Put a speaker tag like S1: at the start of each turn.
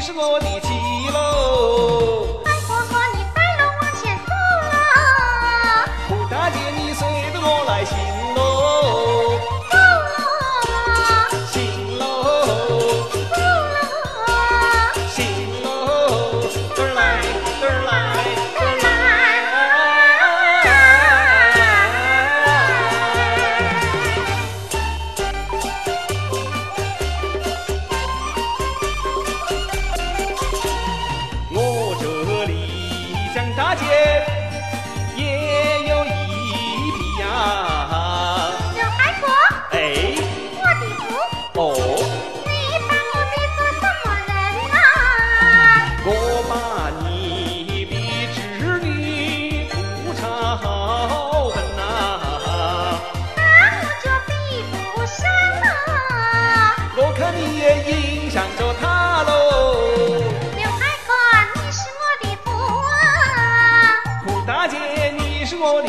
S1: 是我的妻喽。
S2: 白婆婆，你带路往前走喽，
S1: 胡大姐，你随着我来行喽，
S2: 走喽，
S1: 行喽，
S2: 走喽，
S1: 行喽，嘚儿来嘚儿来嘚儿来。我这里张大街也有一匹呀、
S2: 小孩婆，
S1: 哎
S2: 我的福，
S1: 哦，
S2: 你把我比作什么人呐？
S1: 我把你比织女不超分呐、
S2: 那我就比不上了。
S1: 我看你也欣赏着她喽，
S2: 小孩婆，你是我的福啊，
S1: 胡大姐你是我的